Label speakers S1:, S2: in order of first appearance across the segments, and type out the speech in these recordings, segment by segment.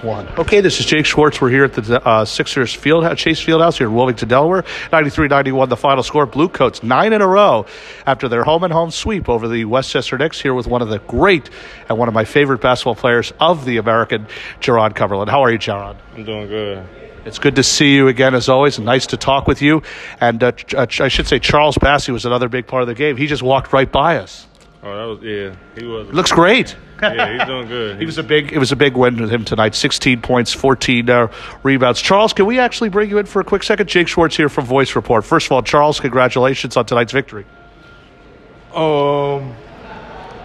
S1: one. Okay, this is Jake Schwartz. We're here at the uh, Sixers Field Chase Fieldhouse here in Wilmington, Delaware. 93-91 the final score. Blue Coats nine in a row after their home and home sweep over the Westchester Knicks. Here with one of the great and one of my favorite basketball players of the American, Jaron Cumberland. How are you, Jaron?
S2: I'm doing good.
S1: It's good to see you again, as always. Nice to talk with you. And uh, Ch- uh, Ch- I should say Charles Bassey was another big part of the game. He just walked right by us.
S2: Oh, that was yeah. He was.
S1: Looks great.
S2: Yeah, he's doing good.
S1: He was a big. It was a big win with him tonight. 16 points, 14 uh, rebounds. Charles, can we actually bring you in for a quick second? Jake Schwartz here from Voice Report. First of all, Charles, congratulations on tonight's victory.
S2: um.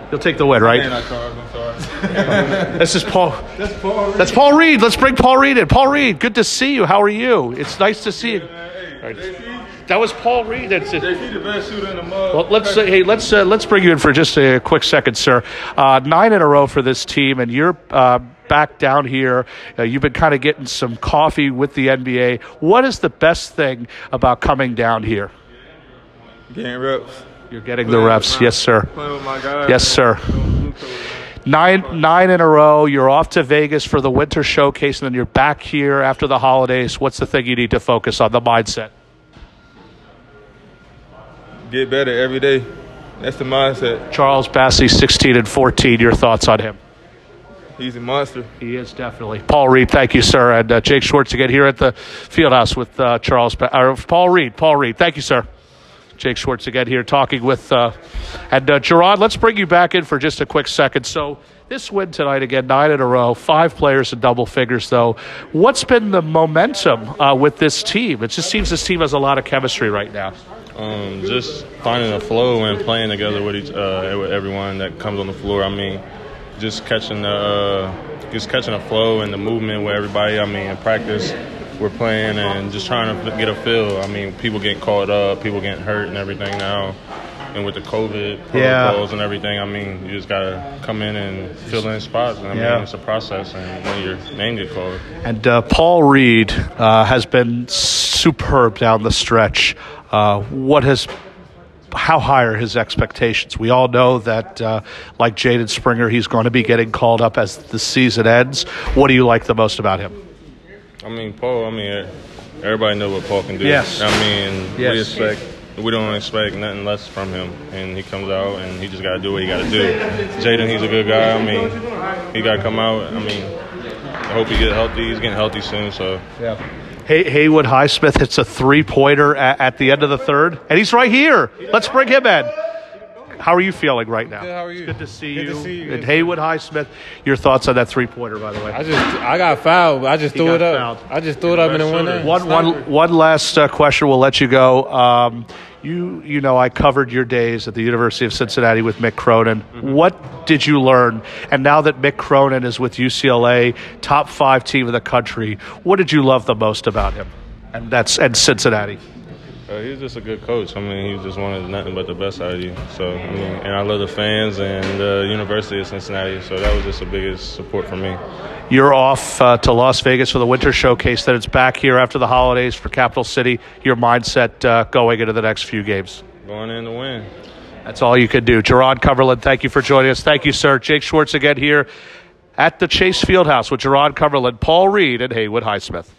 S1: You'll take the win,
S2: Hey,
S1: right?
S2: not Charles. I'm sorry.
S1: This is Paul.
S2: That's Paul.
S1: That's Paul Reed. Let's bring Paul Reed in. Paul Reed, good to see you. How are you? It's nice to see you.
S2: Hey, JC,
S1: That was Paul Reed. That's it.
S2: JC, the best shooter in the mug.
S1: Well, let's say, hey, let's uh, let's bring you in for just a quick second, sir. Uh, nine in a row for this team, and you're uh, back down here. Uh, you've been kind of getting some coffee with the NBA. What is the best thing about coming down here?
S2: Getting reps.
S1: You're getting the reps, yes, sir.
S2: Playing with my guys.
S1: Yes, sir. Nine nine in a row. You're off to Vegas for the winter showcase, and then you're back here after the holidays. What's the thing you need to focus on? The mindset.
S2: Get better every day. That's the mindset.
S1: Charles Bassey, 16 and 14. Your thoughts on him?
S2: He's a monster.
S1: He is definitely Paul Reed. Thank you, sir, and uh, Jake Schwartz again here at the Fieldhouse with uh, Charles ba- or Paul Reed. Paul Reed, thank you, sir. Jake Schwartz again here talking with uh, and uh, Gerard. Let's bring you back in for just a quick second. So this win tonight again, nine in a row, five players in double figures. Though, what's been the momentum uh, with this team? It just seems this team has a lot of chemistry right now.
S2: Um, just finding a flow and playing together with each uh, with everyone that comes on the floor. I mean, just catching the uh, just catching a flow and the movement with everybody. I mean, in practice, we're playing and just trying to get a feel. I mean, people getting caught up, people getting hurt and everything now. And with the COVID
S1: Yeah.
S2: protocols and everything, I mean, you just gotta come in and fill in spots. And I mean,
S1: Yeah.
S2: it's a process. And when your name get called,
S1: And uh, Paul Reed uh, has been superb down the stretch. Uh, what has, how high are his expectations? We all know that, uh, like Jaden Springer, he's going to be getting called up as the season ends. What do you like the most about him?
S2: I mean, Paul. I mean, e-, everybody know what Paul can do.
S1: Yes.
S2: I mean, we
S1: Yes.
S2: expect. We don't expect nothing less from him, and he comes out and he just got to do what he got to do. Jaden, he's a good guy. I mean, he got to come out. I mean, I hope he get healthy. He's getting healthy soon, so
S1: Yeah. Hay- Haywood Highsmith hits a three pointer at, at the end of the third, and he's right here. Let's bring him in. How are you feeling right now?
S3: Good, how are you?
S1: It's good to see
S3: Good
S1: you.
S3: to see you.
S1: And Haywood Highsmith, your thoughts on that three pointer, by the way?
S3: I just I got fouled. I just threw
S1: got
S3: it up.
S1: fouled.
S3: I just threw it up and it went in.
S1: One, one, one last uh, question. We'll let you go. Um, you, you know, I covered your days at the University of Cincinnati with Mick Cronin. What did you learn? And now that Mick Cronin is with UCLA, top five team in the country, what did you love the most about him? And that's and Cincinnati.
S2: uh, he's just a good coach. I mean, he just wanted nothing but the best out of you. So, I mean, and I love the fans and the University of Cincinnati. So that was just the biggest support for me.
S1: You're off uh, to Las Vegas for the winter showcase. That it's back here after the holidays for Capital City. Your mindset uh, going into the next few games.
S2: Going in to win.
S1: That's all you can do. Gerard Cumberland, thank you for joining us. Thank you, sir. Jake Schwartz again here at the Chase Fieldhouse with Gerard Cumberland, Paul Reed, and Haywood Highsmith.